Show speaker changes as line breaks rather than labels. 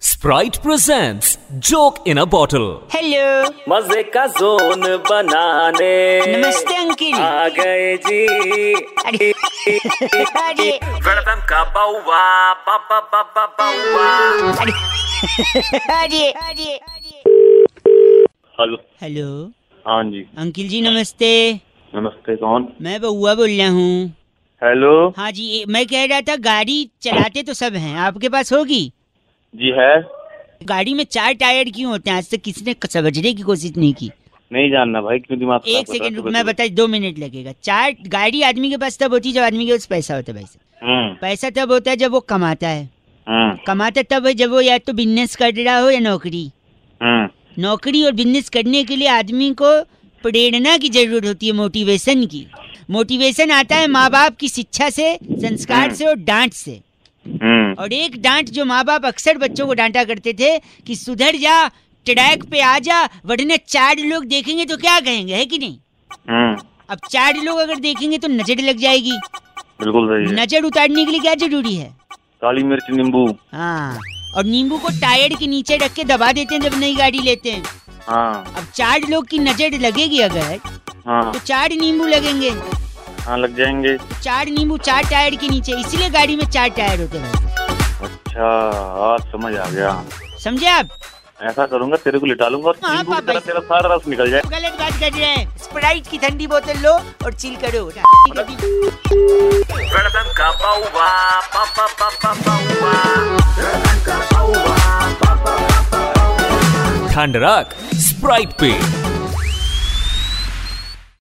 Sprite presents Joke in a Bottle.
Hello
मजे का zone बनाने
नमस्ते अंकिल
आ गए जी
अरे अरे
वेलकम का बाउवा बाबा बाबा बाउवा
अरे अरे
हेलो
हेलो
हाँ जी
अंकिल जी नमस्ते
नमस्ते कौन
मैं बउआ बोल रहा हूँ
हेलो
हाँ जी ये- मैं कह रहा था गाड़ी चलाते तो सब हैं आपके पास होगी
जी है
गाड़ी में चार टायर क्यों होते हैं आज तक किसी ने समझने की कोशिश नहीं की
नहीं जानना भाई क्यों दिमाग
एक
खराब कर रहा है तो
सेकंड
सुबह
रुकना
सुबह?
बता दो मिनट लगेगा चार गाड़ी आदमी के पास तब होती है जब आदमी के पास पैसा होता है भाई साहब
हम्म
पैसा तब होता है जब वो कमाता है
हम्म
कमाता तब है जब वो या तो बिजनेस कर रहा हो या नौकरी
हम्म
नौकरी और बिजनेस करने के लिए आदमी को प्रेरणा की जरूरत होती है मोटिवेशन की मोटिवेशन आता है माँ बाप की शिक्षा से संस्कार से और डांट से
हम्म
और एक डांट जो माँ बाप अक्सर बच्चों को डांटा करते थे कि सुधर जा ट्रैक पे आ जा वरना चार लोग देखेंगे तो क्या कहेंगे है कि नहीं
हम्म
अब चार लोग अगर देखेंगे तो नजर लग जाएगी
बिल्कुल सही है
नजर उतारने के लिए क्या जरूरी है
काली मिर्च नींबू
हाँ और नींबू को टायर के नीचे रख के दबा देते हैं जब नई गाड़ी लेते हैं
हाँ
अब चार लोग की नजर लगेगी अगर
हाँ
तो चार नींबू लगेंगे
हाँ लग जाएंगे
चार नींबू चार टायर के नीचे इसलिए गाड़ी में चार टायर होते हैं
अच्छा आज समझ आ गया
समझे आप
ऐसा करूंगा तेरे को लिटा लूंगा और
हाँ,
नींबू की
पापा,
तरह तेरा सारा रस निकल जाए
गलत बात कर रहे हैं स्प्राइट की ठंडी बोतल लो और चिल करो
वेलकम का बाउवा बाबा बाबा बाउवा
ठंड राख स्प्राइट पे